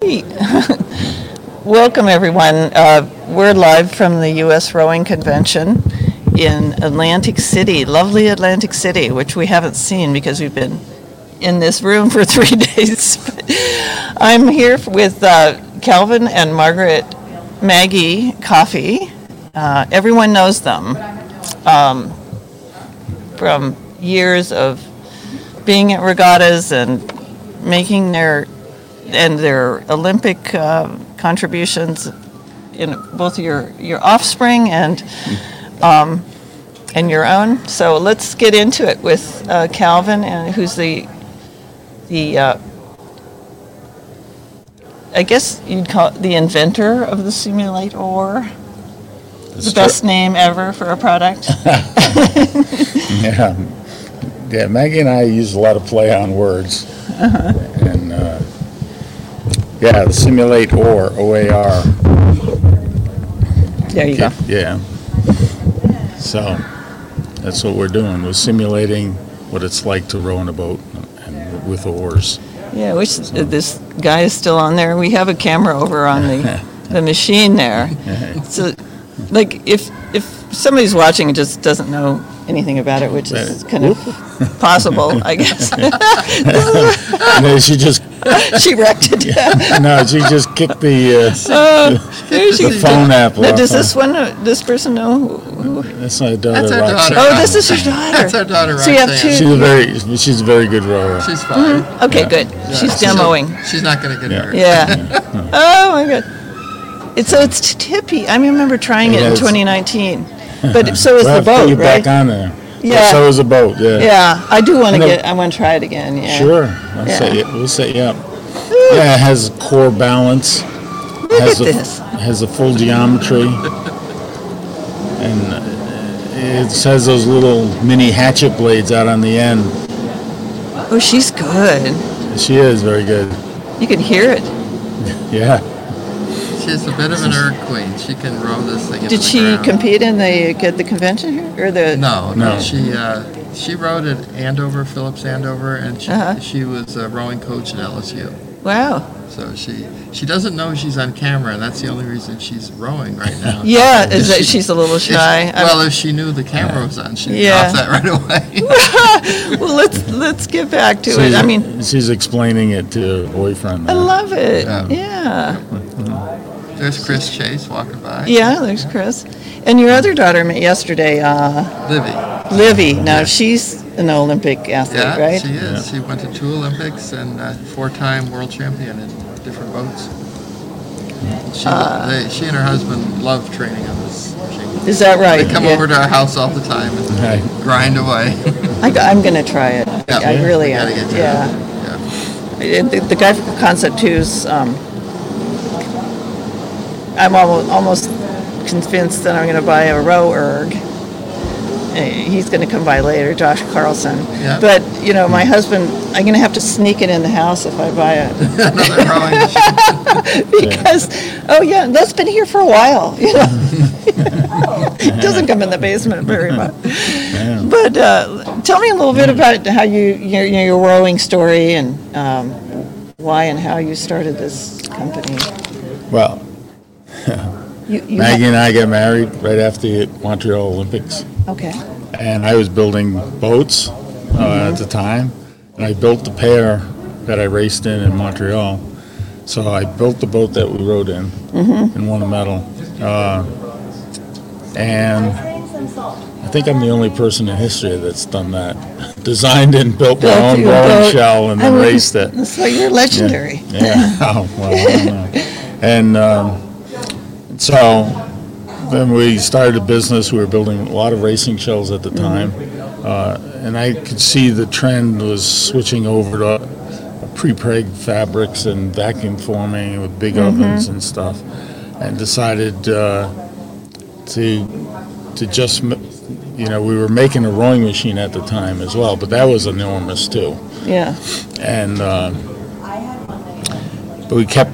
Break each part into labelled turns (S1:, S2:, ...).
S1: Welcome, everyone. Uh, We're live from the U.S. Rowing Convention in Atlantic City, lovely Atlantic City, which we haven't seen because we've been in this room for three days. I'm here with uh, Calvin and Margaret Maggie Coffee. Uh, Everyone knows them um, from years of being at regattas and making their and their Olympic um, contributions in both your your offspring and um, and your own. So let's get into it with uh, Calvin, and who's the the uh, I guess you'd call it the inventor of the simulator. The
S2: That's
S1: best name ever for a product.
S2: Yeah, yeah. Maggie and I use a lot of play on words,
S1: Uh-huh.
S2: and uh, yeah, the simulate or OAR.
S1: There you go.
S2: Yeah. So that's what we're doing. We're simulating what it's like to row in a boat and with oars.
S1: Yeah, I wish th- this guy is still on there. We have a camera over on the, the machine there. So, like, if, if somebody's watching and just doesn't know anything about it, which is kind of possible, I guess,
S2: No, she just
S1: she wrecked it.
S2: no, she just kicked the
S1: Maybe
S2: uh,
S1: she
S2: the
S1: could-
S2: phone apple.
S1: Now,
S2: off
S1: does
S2: her.
S1: this one, uh, this person know?
S2: That's my daughter.
S3: That's our
S2: Roxanne.
S3: daughter.
S1: Oh, this is your
S3: That's our
S1: daughter.
S3: daughter,
S1: So you have
S3: Roxanne.
S1: two-
S2: She's a very she's a very good rower.
S3: She's fine.
S1: Okay, good. She's
S3: She's not-
S1: demoing.
S3: She's not gonna get
S2: Yeah.
S3: hurt.
S1: Yeah. Oh, my God. It's, so it's tippy. I remember trying it in
S2: Yes.
S1: 2019. But so is
S2: We'll
S1: the
S2: have to put you
S1: boat, right?
S2: back on there.
S1: Yeah.
S2: So is the boat. Yeah.
S1: Yeah, I do want to
S2: No.
S1: get. I want to try it again. Yeah.
S2: Sure. I'll set
S1: Yeah.
S2: you, we'll set you up. Yeah, it has core balance.
S1: Look at
S2: has a,
S1: this.
S2: Has a full geometry. and uh, it has those little mini hatchet blades out on the end.
S1: Oh, she's good.
S2: She is very good.
S1: You can hear it.
S2: Yeah.
S3: She's a bit of an earth queen. She can row this thing into
S1: Did
S3: the
S1: she
S3: ground.
S1: compete in the at the convention here or the?
S3: No,
S2: No.
S3: no. She uh, she rowed at Andover, Phillips Andover, and she,
S1: Uh-huh.
S3: she was a rowing coach at LSU.
S1: Wow.
S3: So she she doesn't know she's on camera, and that's the only reason she's rowing right now.
S1: Yeah, is that
S3: If she-
S1: she's a little
S3: if-
S1: shy. I'm-
S3: well, if she knew the camera was on, she'd
S1: Yeah.
S3: drop that right away.
S1: well, let's let's get back to it.
S2: She's-
S1: I mean,
S2: she's explaining it to her boyfriend.
S1: I love it.
S3: Yeah.
S1: Yeah.
S3: There's Chris Chase walking by.
S1: Yeah. There's Chris, and your other daughter met yesterday, uh,
S3: Livy.
S1: Livy. Now she's an Olympic athlete,
S3: Yeah,
S1: right?
S3: she is. She went to two Olympics and uh, four-time world champion in different boats. She,
S1: Uh,
S3: they, she and her husband love training on this machine.
S1: is that right?
S3: They come
S1: Yeah.
S3: over to our house all the time and
S2: Right.
S3: grind away.
S1: I, am gonna try it.
S3: Yeah.
S1: I really
S3: We
S1: am.
S3: gotta get to it.
S1: yeah.
S3: yeah.
S1: And The the guy from Concept 2's, um, I'm almost, almost convinced that I'm going to buy a row erg. Eh, He's going to come by later, Josh Carlson.
S3: Yeah.
S1: But, you know, my husband, I'm going to have to sneak it in the house if I buy it.
S3: Another rowing machine.
S1: Because, oh yeah, that's been here for a while, you know. It doesn't come in the basement very much.
S2: Yeah.
S1: But uh, tell me a little bit about how you, your, your rowing story and um, why and how you started this company.
S2: Well,
S1: You, you
S2: Maggie and I got married right after the Montreal Olympics.
S1: okay.
S2: and I was building boats uh, at the time. And I built the pair that I raced in in Montreal. So I built the boat that we rode in
S1: Mm-hmm.
S2: and won a medal. Uh, and I think I'm the only person in history that's done that. Designed and built
S1: Built
S2: my own
S1: your
S2: rowing
S1: boat.
S2: shell and then
S1: I mean,
S2: raced it.
S1: So you're legendary.
S2: Yeah. Yeah. Oh, well, I don't know. And um, so then we started a business. We were building a lot of racing shells at the time. Uh, and I could see the trend was switching over to pre preg fabrics and vacuum forming with big ovens and stuff. And decided uh, to to just, m- you know, we were making a rowing machine at the time as well, but that was enormous too
S1: Yeah.
S2: and uh, but we kept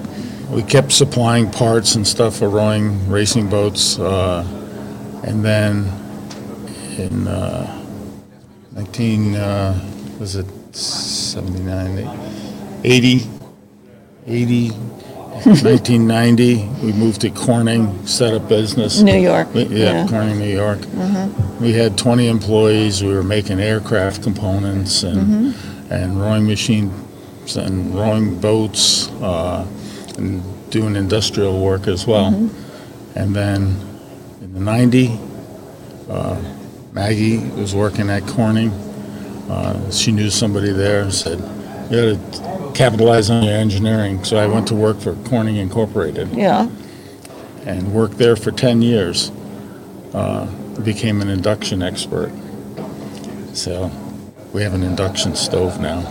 S2: we kept supplying parts and stuff for rowing racing boats, uh, and then in uh, 19 uh, was it 79 80 80 1990, we moved to Corning, set up business.
S1: New York.
S2: We- Yeah, Corning, New York. We had 20 employees, we were making aircraft components and, and rowing machines and rowing boats, uh, and doing industrial work as well. And then in the 90, uh, Maggie was working at Corning. Uh, She knew somebody there and said, you gotta capitalize on your engineering. So I went to work for Corning Incorporated
S1: Yeah.
S2: and worked there for 10 years. Uh, Became an induction expert. So we have an induction stove now.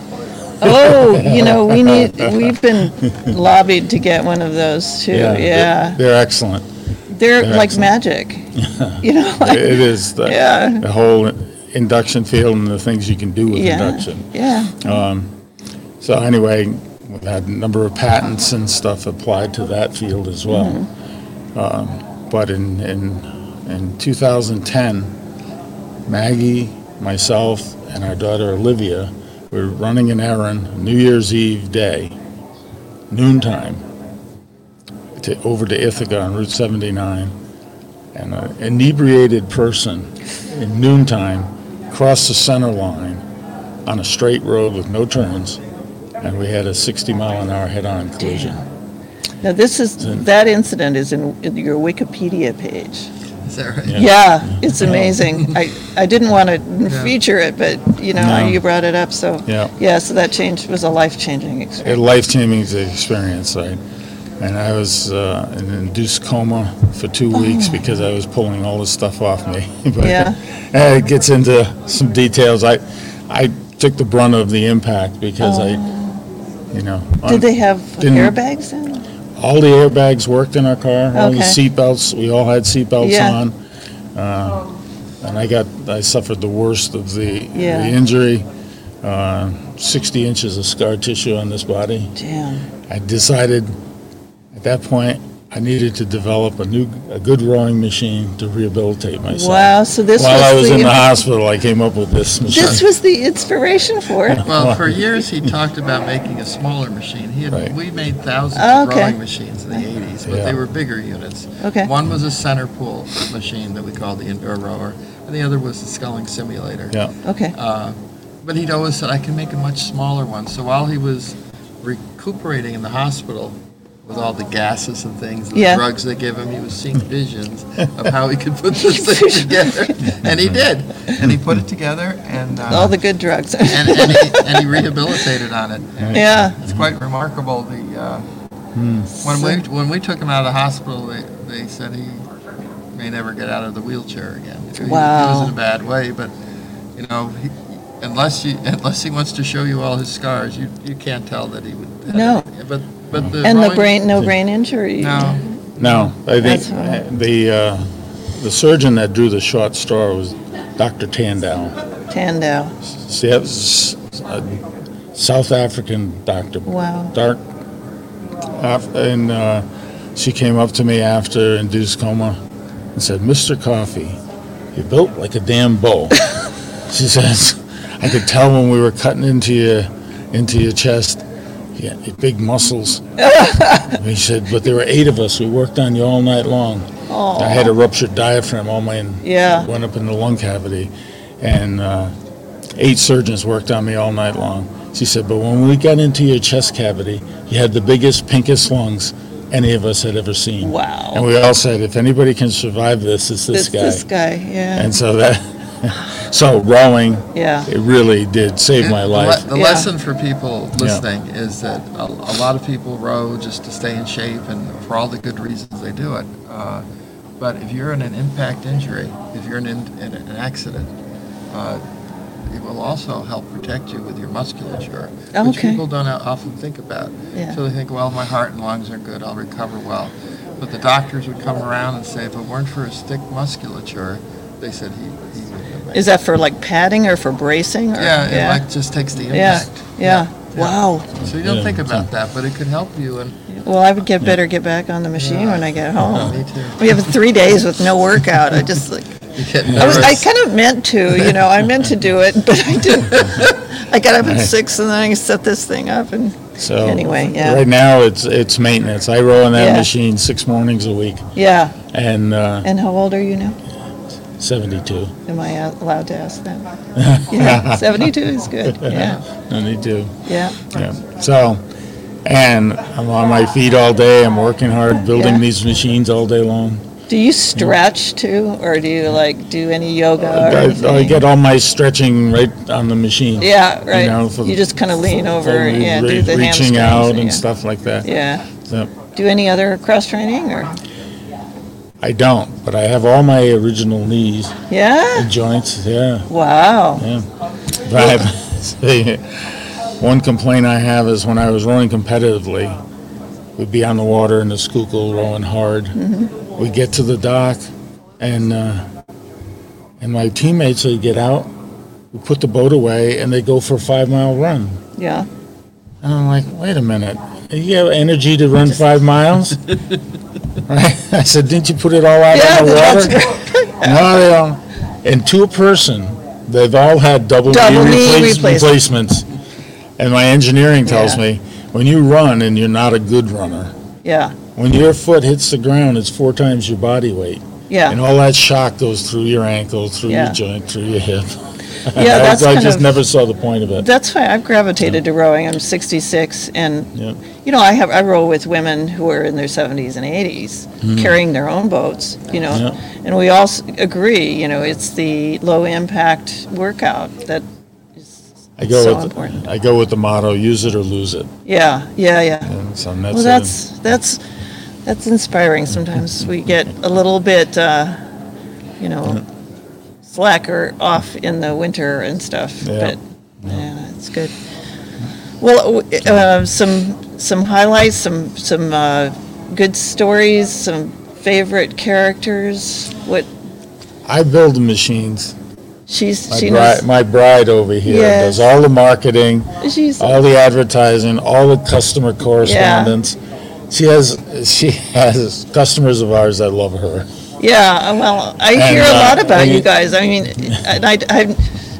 S1: Oh, you know, we need, we've been lobbied to get one of those too.
S2: they're-
S1: Yeah.
S2: They're excellent.
S1: They're
S2: they're
S1: like
S2: excellent.
S1: magic. You know,
S2: It
S1: like,
S2: it is the
S1: Yeah.
S2: the whole induction field and the things you can do with
S1: Yeah.
S2: induction. Um,
S1: yeah.
S2: So anyway, we had a number of patents and stuff applied to that field as well. Um, But in, in, in 2010, Maggie, myself, and our daughter Olivia were running an errand, New Year's Eve day, noontime, to, over to Ithaca on Route 79. And an inebriated person in noontime crossed the center line on a straight road with no turns, and we had a 60 mile an hour head on collision.
S1: Now, this is, that incident is in in your Wikipedia page.
S3: Is that right?
S2: Yeah.
S1: Yeah, it's amazing. I, I didn't want to
S3: Yeah.
S1: feature it, but you know,
S2: No.
S1: you brought it up, so.
S2: Yeah.
S1: Yeah, so that change was a life-changing experience.
S2: A life changing experience, right? And I was uh, in an induced coma for two weeks because I was pulling all this stuff off me. but
S1: Oh. Yeah.
S2: uh, it gets into some details. I, I took the brunt of the impact because I, you know,
S1: Oh. Did they have
S2: Didn't-
S1: airbags in?
S2: all the airbags worked in our car, all the
S1: Okay.
S2: seatbelts, we all had seatbelts
S1: Yeah.
S2: on. Uh, And I got, I suffered the worst of the
S1: Yeah.
S2: the injury, uh, 60 inches of scar tissue on this body.
S1: Damn,
S2: I decided at that point, I needed to develop a new, a good rowing machine to rehabilitate myself.
S1: wow, so this was the.
S2: While I was in the hospital, I came up with this
S1: This
S2: machine.
S1: was the inspiration for it.
S3: Well, for years he talked about making a smaller machine. He had,
S2: Right.
S3: we made thousands
S1: Oh,
S3: of
S1: okay.
S3: rowing machines in the 80s, but
S2: Yeah.
S3: they were bigger units.
S1: Okay.
S3: One was a center pool machine that we called the indoor rower, and the other was the sculling simulator.
S2: Yeah.
S1: Okay,
S3: Uh, but he'd always said, I can make a much smaller one. So while he was recuperating in the hospital with all the gases and things, and
S1: Yeah.
S3: the drugs they give him, he was seeing visions of how he could put this thing together. And he did. And he put it together and, uh,
S1: all the good drugs.
S3: and, and, he, and he rehabilitated on it. And
S1: Yeah,
S3: It's quite remarkable. The uh, when we when we took him out of the hospital, they, they said he may never get out of the wheelchair again. He- He
S1: Wow.
S3: was in a bad way, but you know, he, unless you unless he wants to show you all his scars, you you can't tell that he would. have
S1: No.
S3: any. But but the
S1: and the
S3: rowing-
S1: brain, no brain injury.
S3: No.
S2: No, I think
S1: That's right.
S2: uh, the, uh, the surgeon that drew the short straw was Dr. Tandow.
S1: Tandau,
S2: See, that was a South African doctor.
S1: Wow.
S2: Dark. Af- And uh, she came up to me after induced coma and said, Mr. Coffee, you built like a damn bull. she says, I could tell when we were cutting into your, into your chest. Yeah, your big muscles. And he said, but there were eight of us. We worked on you all night long. I had a ruptured diaphragm. All my
S1: Yeah.
S2: went up in the lung cavity, and uh, eight surgeons worked on me all night long. She said, but when we got into your chest cavity, you had the biggest, pinkest lungs any of us had ever seen. And
S1: wow.
S2: we all said, if anybody can survive this, it's this
S1: This,
S2: guy.
S1: this guy, yeah,
S2: And so that, so rowing,
S1: yeah.
S2: it really did save my
S3: The
S2: life.
S3: le- The
S1: Yeah.
S3: lesson for people listening is that a, a lot of people row just to stay in shape and for all the good reasons they do it. Uh, but if you're in an impact injury, if you're in, in, in an accident, uh, it will also help protect you with your musculature, which
S1: Oh, Okay.
S3: people don't often think about.
S1: Yeah.
S3: So they think, well, my heart and lungs are good, I'll recover well. But the doctors would come around and say, if it weren't for his thick musculature, they said he, he wouldn't have made
S1: Is that for like padding or for bracing or?
S3: it. Yeah, it like just takes the
S1: Yeah,
S3: impact.
S1: yeah. Wow.
S3: So you don't
S2: Yeah,
S3: think
S2: so-
S3: about that, but it could help you. And
S1: Well, I would
S2: Oh. Uh-huh.
S1: get better get back on the machine when I get home.
S3: me too.
S1: We have three days with no workout. I just like,
S3: You get
S1: I, was, I
S3: nervous.
S1: kind of meant to, you know, I meant to do it, but I didn't. I got up at six and then I set this thing up and,
S2: So
S1: Anyway, yeah.
S2: Right now, it's it's maintenance. I row on that
S1: Yeah.
S2: machine six mornings a week,
S1: yeah.
S2: and uh,
S1: And how old are you now?
S2: 72.
S1: Am I a- allowed to ask that? Yeah, 72 is good, yeah,
S2: No need to.
S1: yeah.
S2: Yeah. So, and I'm on my feet all day. I'm working hard, building
S1: Yeah.
S2: these machines all day long.
S1: Do you stretch too, or do you like do any yoga or
S2: I, I
S1: anything?
S2: get all my stretching right on the machine.
S1: Yeah,
S2: know,
S1: right,
S2: for
S1: you
S2: the-
S1: just kind of lean over, and, yeah, do the
S2: reaching
S1: hamstrings.
S2: out and
S1: yeah.
S2: stuff like that.
S1: Yeah,
S2: So,
S1: do any other cross training or,
S2: I don't, but I have all my original knees
S1: yeah?
S2: and joints. Yeah,
S1: Wow,
S2: yeah. But I have- one complaint I have is when I was rowing competitively, we'd be on the water in the Schuylkill rowing hard. We'd get to the dock, and uh, and my teammates would get out, we put the boat away, and they go for a five mile run.
S1: yeah,
S2: And I'm like, wait a minute, you have energy to run five miles? right? I said, didn't you put it all out
S1: Yeah,
S2: on the
S1: that's
S2: water? no, they don't. And to a person, they've all had double,
S1: Double knee
S2: replace-
S1: replacements.
S2: replacements. And my engineering tells
S1: Yeah.
S2: me when you run and you're not a good runner,
S1: yeah,
S2: when your foot hits the ground, it's four times your body weight. And
S1: yeah,
S2: all that shock goes through your ankle, through
S1: Yeah.
S2: your joint, through your hip.
S1: yeah,
S2: I,
S1: that's
S2: I
S1: kind
S2: just
S1: of,
S2: never saw the point of it.
S1: that's why I've gravitated to rowing, I'm 66, and
S2: Yep.
S1: You know, I have I row with women who are in their 70s and 80s carrying their own boats, you know.
S2: Mm-hmm. Yeah.
S1: And we all s- agree, you know, it's the low impact workout that is
S2: I go
S1: so
S2: with
S1: important.
S2: I go with the motto: use it or lose it.
S1: Yeah, yeah, yeah.
S2: And so that's
S1: well, that's that's that's inspiring. Sometimes we get a little bit uh, you know, slacker off in the winter and stuff,
S2: Yeah.
S1: but yeah, it's good. Well, w- uh, some some highlights, some some uh, good stories, some favorite characters. What
S2: I build the machines.
S1: she's
S2: My
S1: she
S2: bride, my bride over here
S1: Yes.
S2: does all the marketing,
S1: knows. She's
S2: all the advertising, all the customer correspondence. She has she has customers of ours that love her.
S1: Yeah, uh, well, I
S2: And,
S1: hear a
S2: uh,
S1: lot about you
S2: we-
S1: guys. I mean, and I, I,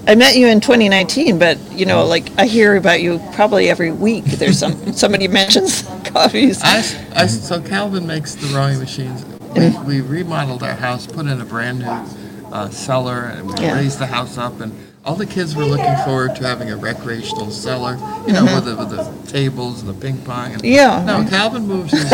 S1: I met you in 2019, but you know, like I hear about you probably every week. There's some somebody mentions coffees.
S3: I s- I s- so Calvin makes the rowing machines. We, we remodeled our house, put in a brand new uh, cellar, and we
S1: Yeah.
S3: raised the house up. And all the kids were looking forward to having a recreational cellar, you know, with, the, with the tables and the ping pong. And
S1: Mm-hmm. Yeah.
S3: No, Calvin moved his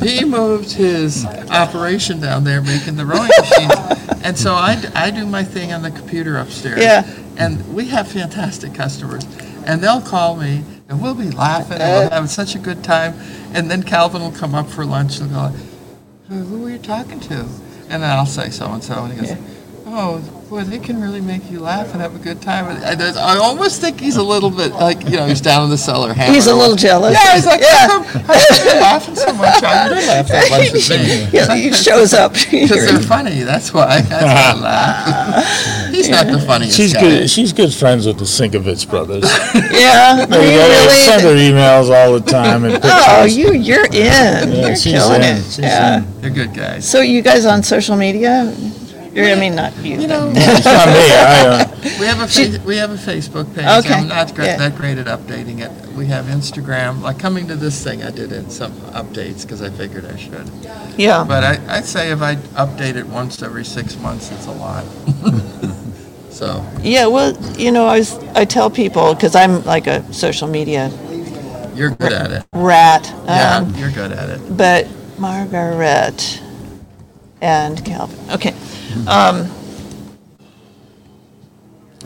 S3: he moved his operation down there, making the rowing machines. And so I, d- I do my thing on the computer upstairs.
S1: Yeah.
S3: And we have fantastic customers. And they'll call me, and we'll be laughing, and we'll have such a good time. And then Calvin will come up for lunch and go, who were you talking to? And then I'll say so-and-so, and he goes,
S1: Yeah.
S3: oh, boy, they can really make you laugh and have a good time. And I, there's- I almost think he's a little bit like, you know, he's down in the cellar.
S1: He's a
S3: hammered.
S1: little jealous.
S3: Yeah, he's like,
S1: Yeah.
S3: how come, how come you're laughing so much? I didn't laugh that much at me.
S1: yeah, he shows up.
S3: Because they're funny, that's why. That's why I laugh. He's not the funniest
S2: She's
S3: guy.
S2: good. She's good friends with the Sinkovich brothers.
S1: yeah,
S2: they
S1: you
S2: they send her
S1: really.
S2: emails all the time and pictures.
S1: Oh, you you're in. you're
S2: she's
S1: killing
S2: in,
S1: it.
S2: she's
S1: yeah.
S3: They're good guys.
S1: So you guys on social media? You're, I mean, not you. but-
S3: You know,
S2: It's not me. I, uh,
S3: we have a, fa- we have a Facebook page.
S1: Okay,
S3: I'm not gr-
S1: yeah.
S3: that great at updating it. We have Instagram. Like coming to this thing, I did in some updates because I figured I should.
S1: yeah.
S3: But I, I'd say if I update it once every six months, it's a lot. So,
S1: Yeah. Well, you know, I was, I tell people because I'm like a social media
S3: you're good at it.
S1: rat.
S3: Yeah,
S1: Um,
S3: you're good at it.
S1: but Margaret and Calvin. Okay. Um,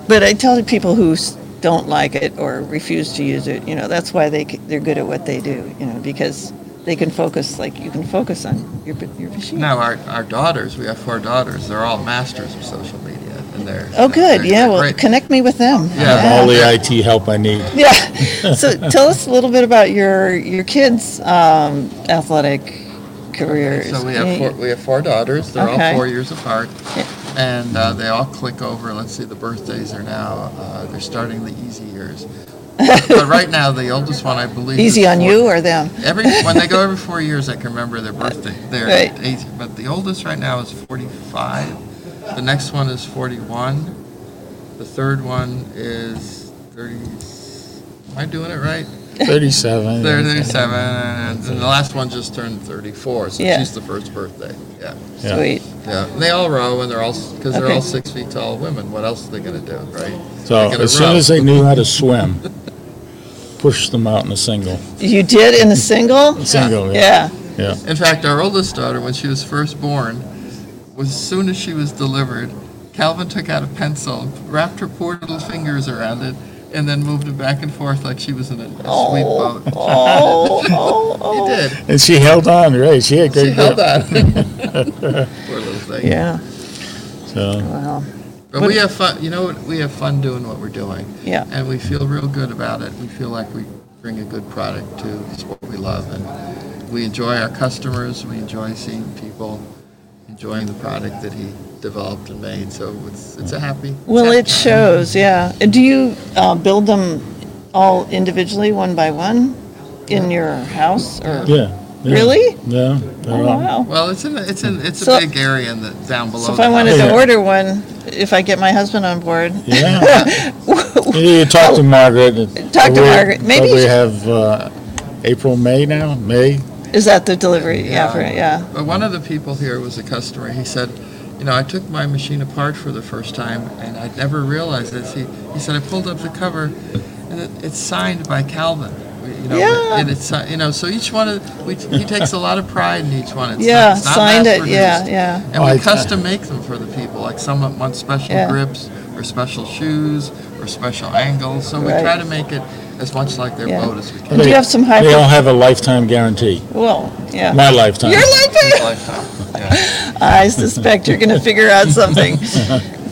S1: but I tell the people who s- don't like it or refuse to use it, you know, that's why they c- they're good at what they do, you know, because they can focus like you can focus on your p- your machine.
S3: Now, our, our daughters, we have four daughters, they're all masters of social media and they're.
S1: Oh, good.
S3: they're-
S1: Yeah.
S3: they're
S1: Well,
S3: great.
S1: connect me with them.
S3: Yeah.
S2: have all the IT help I need.
S1: Yeah. So tell us a little bit about your your kids' um, athletic careers.
S3: So we have
S1: Yeah,
S3: four, we have four daughters. They're
S1: Okay.
S3: all four years apart,
S1: Yeah.
S3: and uh, they all click over. Let's see, the birthdays are now. Uh, they're starting the easy years. but right now, the oldest one, I believe. is
S1: Easy on
S3: four-
S1: you or them?
S3: Every when they go every four years, I can remember their birthday. Their
S1: Right.
S3: age, but the oldest right now is 45, The next one is 41. The third one is 30. Am I doing it right?
S2: 37.
S3: 37. And then the last one just turned 34, so
S1: Yeah.
S3: she's the first birthday. Yeah.
S2: Yeah.
S1: Sweet.
S3: Yeah. And they all row, and they're all, because they're
S1: Okay.
S3: all six feet tall women. What else are they going to do, right?
S2: So
S3: Like in a
S2: as soon
S3: row.
S2: as they knew how to swim, pushed them out in a single.
S1: You did in a single?
S2: Single, yeah.
S1: Yeah.
S3: In fact, our oldest daughter, when she was first born, was as soon as she was delivered, Calvin took out a pencil, wrapped her poor little fingers around it, and then moved it back and forth like she was in a, a sweet
S1: Oh,
S3: boat.
S1: oh, oh, oh.
S3: He did.
S2: And she held on, right? She had
S3: She
S2: great
S3: held
S2: grip.
S3: on. Poor little thing.
S1: Yeah,
S2: So,
S1: wow.
S3: But we have fun. You know what? We have fun doing what we're doing.
S1: Yeah.
S3: And we feel real good about it. We feel like we bring a good product to the sport we love, and we enjoy our customers. We enjoy seeing people enjoying the product that he developed and made. So it's it's a happy. it's
S1: Well,
S3: happy
S1: it
S3: time.
S1: shows, yeah. And Do you uh, build them all individually, one by one, in your house or?
S2: yeah. yeah,
S1: Really?
S2: Yeah.
S1: Oh,
S2: they're all-
S1: wow.
S3: Well, it's in it's in it's a
S1: So-
S3: big area in the down below.
S1: So if
S3: the
S1: I wanted to
S2: Yeah.
S1: order one, if I get my husband on board,
S2: Yeah. You- You talk to Margaret.
S1: Talk to Margaret. Maybe
S2: We
S1: she-
S2: have uh, April, May now, May.
S1: is that the delivery? Yeah, for, yeah.
S3: But one of the people here was a customer. He said, you know, I took my machine apart for the first time and I'd never realized this. He, he said, I pulled up the cover and it, it's signed by Calvin. You know,
S1: Yeah.
S3: And it's, si- you know, so each one of, we, he takes a lot of pride in each one. It's not-
S1: Yeah,
S3: it's not
S1: signed it,
S3: mass-produced.
S1: yeah, yeah.
S3: And
S2: Oh, I-
S3: we custom make them for the people, like someone wants special
S1: Yeah.
S3: grips or special shoes or special angles. So we
S1: Right.
S3: try to make it as much like their
S1: Yeah.
S3: boat as we can.
S1: Do you have some high-
S2: They all have a lifetime guarantee.
S1: Well, yeah.
S2: My lifetime.
S1: You're
S3: It's
S1: like,
S3: lifetime. Yeah.
S1: I suspect you're going to figure out something.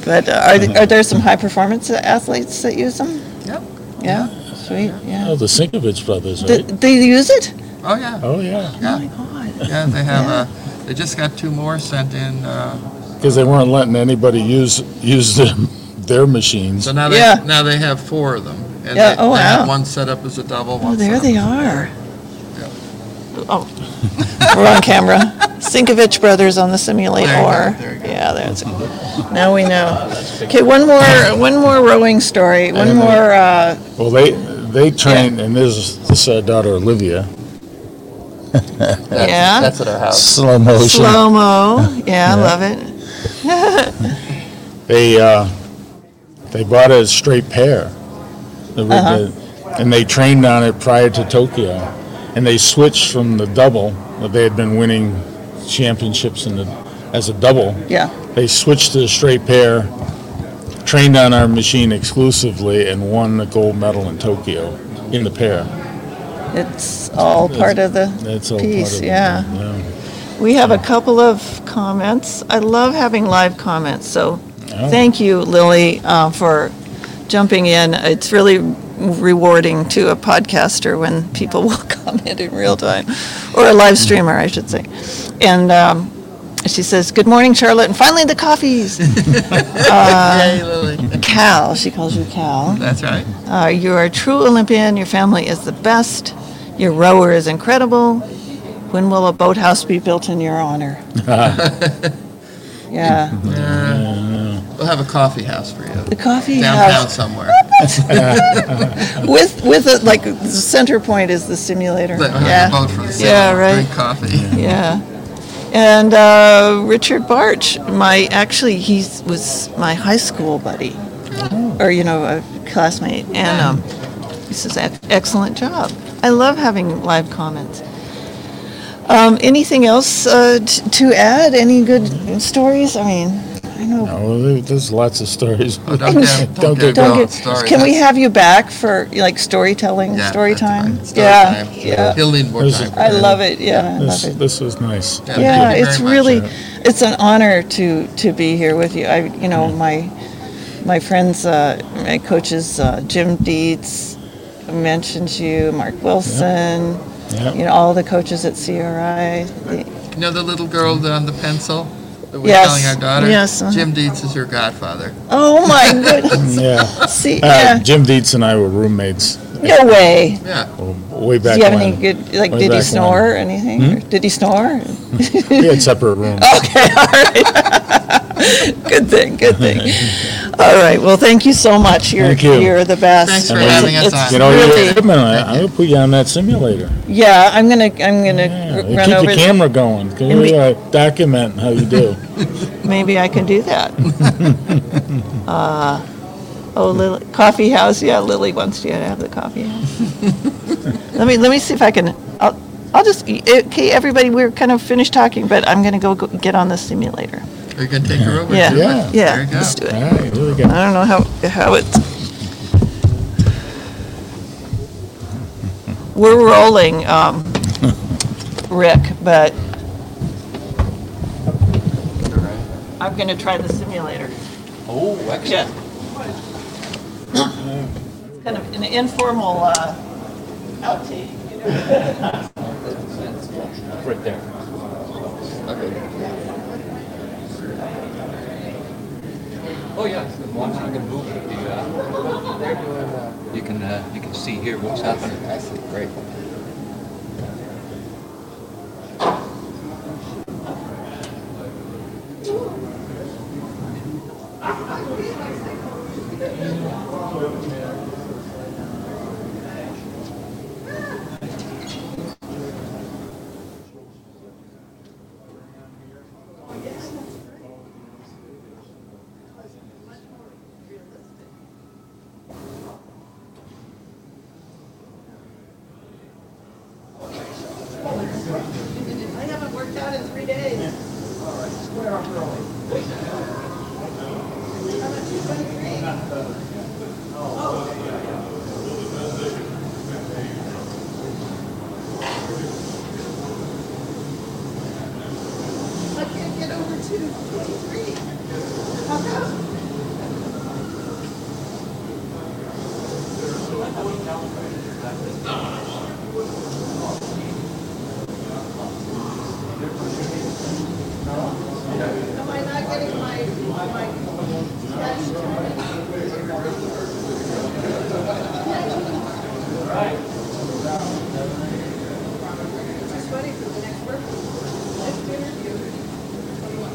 S1: But uh, are, th- are there some high performance athletes that use them?
S3: Yep.
S1: Yeah, sweet,
S2: Oh,
S1: yeah.
S2: the Sinkovich brothers,
S1: Th-
S2: right?
S1: They use it?
S3: Oh, yeah.
S2: Oh, yeah.
S1: Oh, my God.
S3: Yeah, they have a, they just got two more sent in, uh,
S2: Because they weren't letting anybody use, use them- their machines.
S3: so now they,
S1: Yeah.
S3: now they have four of them. And
S1: Yeah,
S3: they-
S1: oh,
S3: they have
S1: wow.
S3: One set up as a double,
S1: Oh,
S3: one
S1: there
S3: set up.
S1: they are. Oh, we're on camera. Sinkovich Brothers on the simulator.
S3: There you go, there you go. Oh,
S1: Yeah, that's, now we know. Okay, one more, one more rowing story, one
S2: don't know.
S1: more, uh,
S2: Well, they, they train, and this is, this is our daughter Olivia,
S3: That's-
S1: Yeah.
S3: That's at our
S1: Oh.
S3: house.
S2: slow motion.
S1: slow-mo. Yeah, I love it.
S2: They, uh, they bought a straight pair. that we did,
S1: Uh-huh.
S2: And they trained on it prior to Tokyo. And they switched from the double, that they had been winning championships in the, as a double.
S1: Yeah,
S2: They switched to the straight pair, trained on our machine exclusively, and won the gold medal in Tokyo in the pair.
S1: it's all part of the,
S2: That's all part
S1: Piece,
S2: of it.
S1: yeah. we have a couple of comments. I love having live comments, so
S2: Oh.
S1: thank you, Lily, uh, for jumping in. It's really rewarding to a podcaster when people will comment in real time, or a live streamer, I should say. And um, she says, "Good morning, Charlotte, and finally the coffees." Uh,
S3: Yay, Lily.
S1: Cal, she calls you Cal.
S3: That's right.
S1: Uh, you are a true Olympian. Your family is the best. Your rower is incredible. When will a boathouse be built in your honor? yeah,
S3: Yeah. We'll have a coffee house for you,
S1: the coffee
S3: downtown
S1: house
S3: somewhere.
S1: with with a, like the center point is the simulator.
S3: We'll
S1: yeah,
S3: have a boat for the
S1: Yeah,
S3: summer,
S1: right.
S3: drink coffee.
S1: yeah. And uh, Richard Barch, my actually he was my high school buddy,
S3: Oh.
S1: or you know a classmate, and um, he says "Ex- excellent job. I love having live comments. Um, anything else uh, t- to add? Any good stories? I mean, I know.
S2: No, there- there's lots of stories.
S3: Oh, don't get,
S2: Don't
S3: don't
S2: get-
S3: get
S1: Don't
S3: going.
S1: get,
S3: Sorry,
S1: can we
S3: that's-
S1: have you back for like storytelling,
S3: yeah,
S1: story
S3: that's
S1: time?
S3: fine. Story
S1: yeah,
S3: time.
S1: yeah.
S3: He'll need more
S2: There's a-
S3: time.
S1: I love it. Yeah, I love
S2: This,
S1: it.
S2: this was nice.
S3: Yeah.
S2: Thank
S1: yeah,
S3: Thank you
S1: it's
S3: very much.
S1: really it's an honor to to be here with you. I you know my my friends, uh, my coaches, uh, Jim Dietz mentioned you, Mark Wilson,
S2: you. Yeah.
S1: you know all the coaches at CRI. The-
S3: You know the little girl that on the pencil that we're
S1: Yes,
S3: telling our daughter?
S1: yes, uh-huh.
S3: Jim Dietz is her godfather.
S1: oh my goodness!
S2: Yeah.
S1: See,
S2: Uh,
S1: yeah,
S2: Jim Dietz and I were roommates
S1: no way.
S3: Yeah.
S2: way
S1: Do
S2: back
S1: you have
S2: when.
S1: any good like?
S2: Way
S1: Did
S2: back Hmm?
S1: he
S2: when.
S1: snore or anything? Or Did he snore? Oh,
S2: We had separate rooms.
S1: Okay, all right. Good thing, good thing. All right, well, thank you so much. You're,
S2: Thank you.
S1: you're the best.
S3: Thanks for
S2: And
S3: having us
S1: It's
S3: on.
S2: Get all your
S1: really-
S2: equipment on. I'm gonna put you on that simulator.
S1: Yeah, I'm gonna, I'm
S2: Yeah,
S1: gonna run
S2: Keep
S1: over.
S2: your camera going. 'cause
S1: And we-
S2: we are documenting how you do.
S1: Maybe I can do that. Uh, Oh, Lily, coffee house, yeah, Lily wants you to have the coffee house. Let me, let me see if I can, I'll, I'll just, okay, everybody, we're kind of finished talking, but I'm gonna go go get on the simulator.
S3: You're going to take her over?
S1: Yeah,
S3: do it.
S2: Yeah.
S1: yeah,
S3: There you go.
S1: let's do
S2: All
S1: it.
S2: right, here we go.
S1: I don't know how, how it's. We're rolling, um, Rick, but I'm gonna try the simulator.
S4: Oh, excellent.
S1: Yeah. Kind of an informal, uh, outtake.
S4: Right there. Oh, yeah, watch, I can move it. The, uh, You can, uh, you can see here what's happening. I see, great.
S1: I haven't worked out in three days.
S5: I can't get over to 23. How come? Am I not getting my, my, that's Just waiting for the next person, next interview.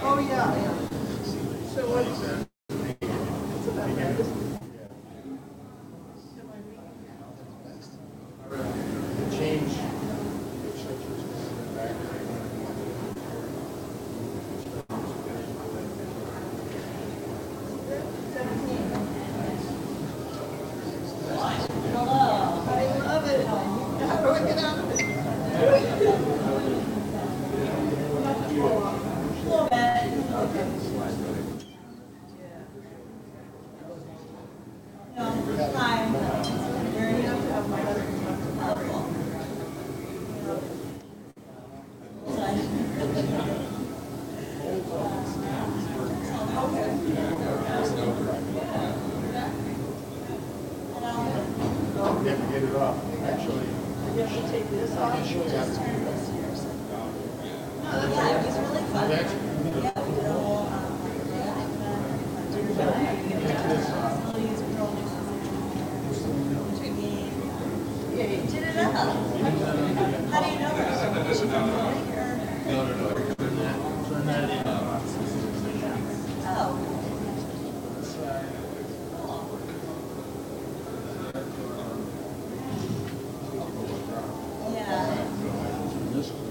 S5: Oh, yeah, yeah. So what is that? It's about that, isn't it? I love it. How do I get out of it?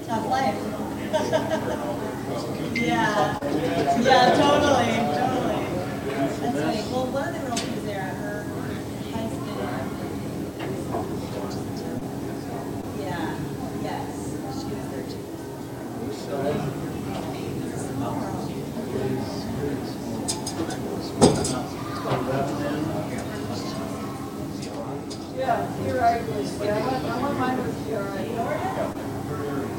S6: Tough life. Yeah, yeah, totally, totally. That's funny. Well, one of the girls who was there, her husband. Yeah, yes, she was there too.
S5: right was, yeah, I want- I want mine was DRI.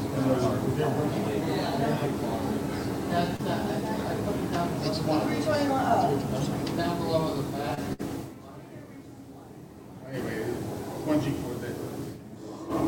S5: Three twenty-one, oh.
S7: Anyway, twenty for that.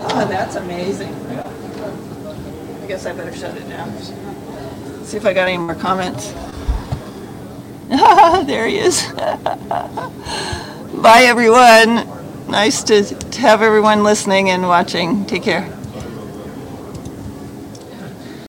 S1: Oh, that's amazing. I guess I better shut it down. See if I got any more comments. there he is. Bye, everyone. Nice to to have everyone listening and watching. Take care.